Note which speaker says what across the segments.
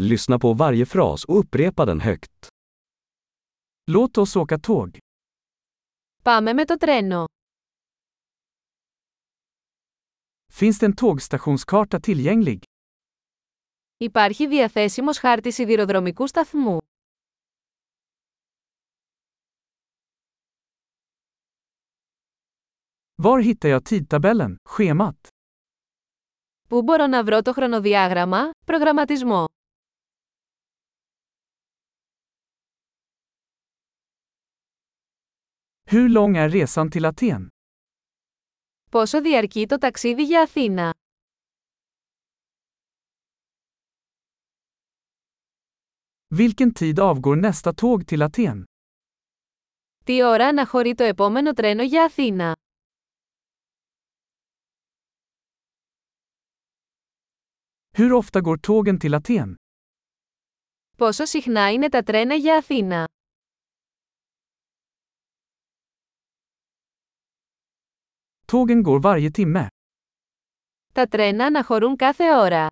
Speaker 1: Lyssna på varje fras och upprepa den högt. Låt oss åka tåg.
Speaker 2: Πάμε με το τρένο.
Speaker 1: Finns det en tågstationskarta tillgänglig?
Speaker 2: Υπάρχει διαθέσιμος χάρτης σιδηροδρομικού σταθμού.
Speaker 1: Var hittar jag tidtabellen, schemat?
Speaker 2: Πού μπορώ να βρω το χρονοδιάγραμμα, προγραμματισμό.
Speaker 1: Hur lång är resan till Aten?
Speaker 2: Πόσο διαρκεί το ταξίδι για Αθήνα.
Speaker 1: Vilken tid avgår nästa tåg till Aten?
Speaker 2: Τι ώρα αναχωρεί το επόμενο τρένο για Αθήνα.
Speaker 1: Hur ofta går tågen till Aten?
Speaker 2: Πόσο συχνά είναι τα τρένα για Αθήνα.
Speaker 1: Tågen går varje timme.
Speaker 2: Τα τρένα αναχωρούν κάθε ώρα.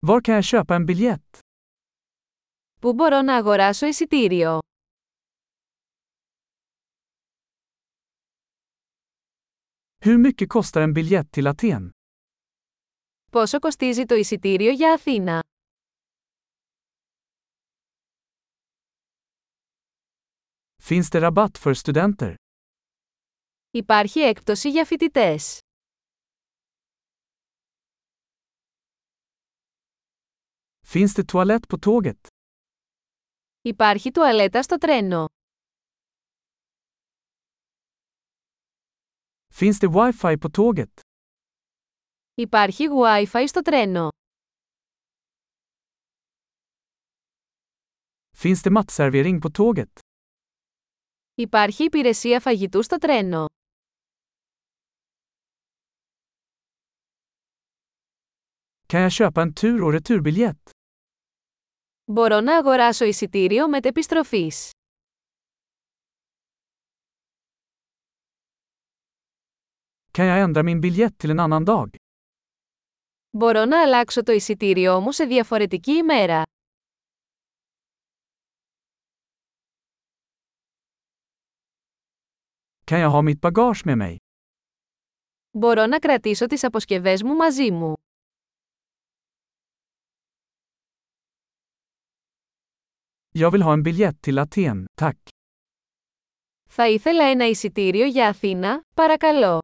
Speaker 1: Var kan jag köpa en biljett?
Speaker 2: Πού μπορώ να αγοράσω εισιτήριο.
Speaker 1: Hur mycket kostar en biljett till Aten?
Speaker 2: Πόσο κοστίζει το εισιτήριο για Αθήνα.
Speaker 1: Finns det rabatt för studenter?
Speaker 2: Υπάρχει έκπτωση για φοιτητές.
Speaker 1: Finns det toalett på tåget?
Speaker 2: Υπάρχει τουαλέτα στο τρένο.
Speaker 1: Finns det wifi på tåget?
Speaker 2: Υπάρχει Wi-Fi στο τρένο.
Speaker 1: Finns det matservering på tåget?
Speaker 2: Υπάρχει υπηρεσία φαγητού στο τρένο.
Speaker 1: Kan jag köpa en tur och returbiljett?
Speaker 2: Μπορώ να αγοράσω εισιτήριο μετεπιστροφής.
Speaker 1: Kan jag ändra min biljett till en annan dag?
Speaker 2: Μπορώ να αλλάξω το εισιτήριό μου σε διαφορετική ημέρα.
Speaker 1: Kan jag ha mitt bagage med mig?
Speaker 2: Μπορώ να κρατήσω τις αποσκευές μου μαζί μου.
Speaker 1: Jag vill ha en biljett till Aten, tack.
Speaker 2: Θα ήθελα ένα εισιτήριο για Αθήνα, παρακαλώ.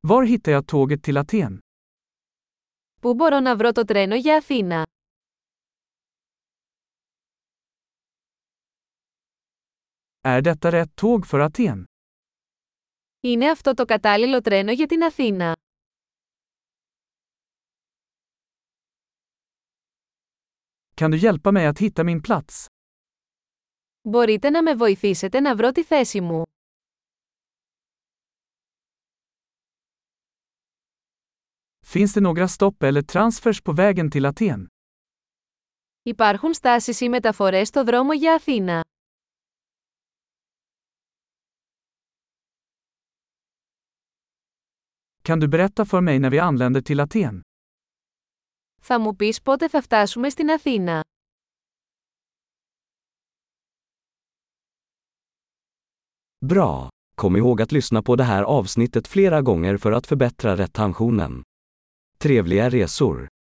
Speaker 1: Var hittar jag tåget till Aten?
Speaker 2: Πού μπορώ να βρω το τρένο για Αθήνα.
Speaker 1: Är detta rätt tåg för Aten?
Speaker 2: Είναι αυτό το κατάλληλο τρένο για την Αθήνα.
Speaker 1: Kan du hjälpa mig att hitta min plats?
Speaker 2: Μπορείτε να με βοηθήσετε να βρω τη θέση μου.
Speaker 1: Finns det några stopp eller transfers på vägen till Aten?
Speaker 2: Υπάρχουν στάσεις ή μεταφορές στο δρόμο για Αθήνα.
Speaker 1: Kan du berätta för mig när vi anländer till Aten?
Speaker 2: Θα μου πεις πότε θα φτάσουμε στην Αθήνα.
Speaker 3: Bra! Kom ihåg att lyssna på det här avsnittet flera gånger för att förbättra retentionen. Trevliga resor!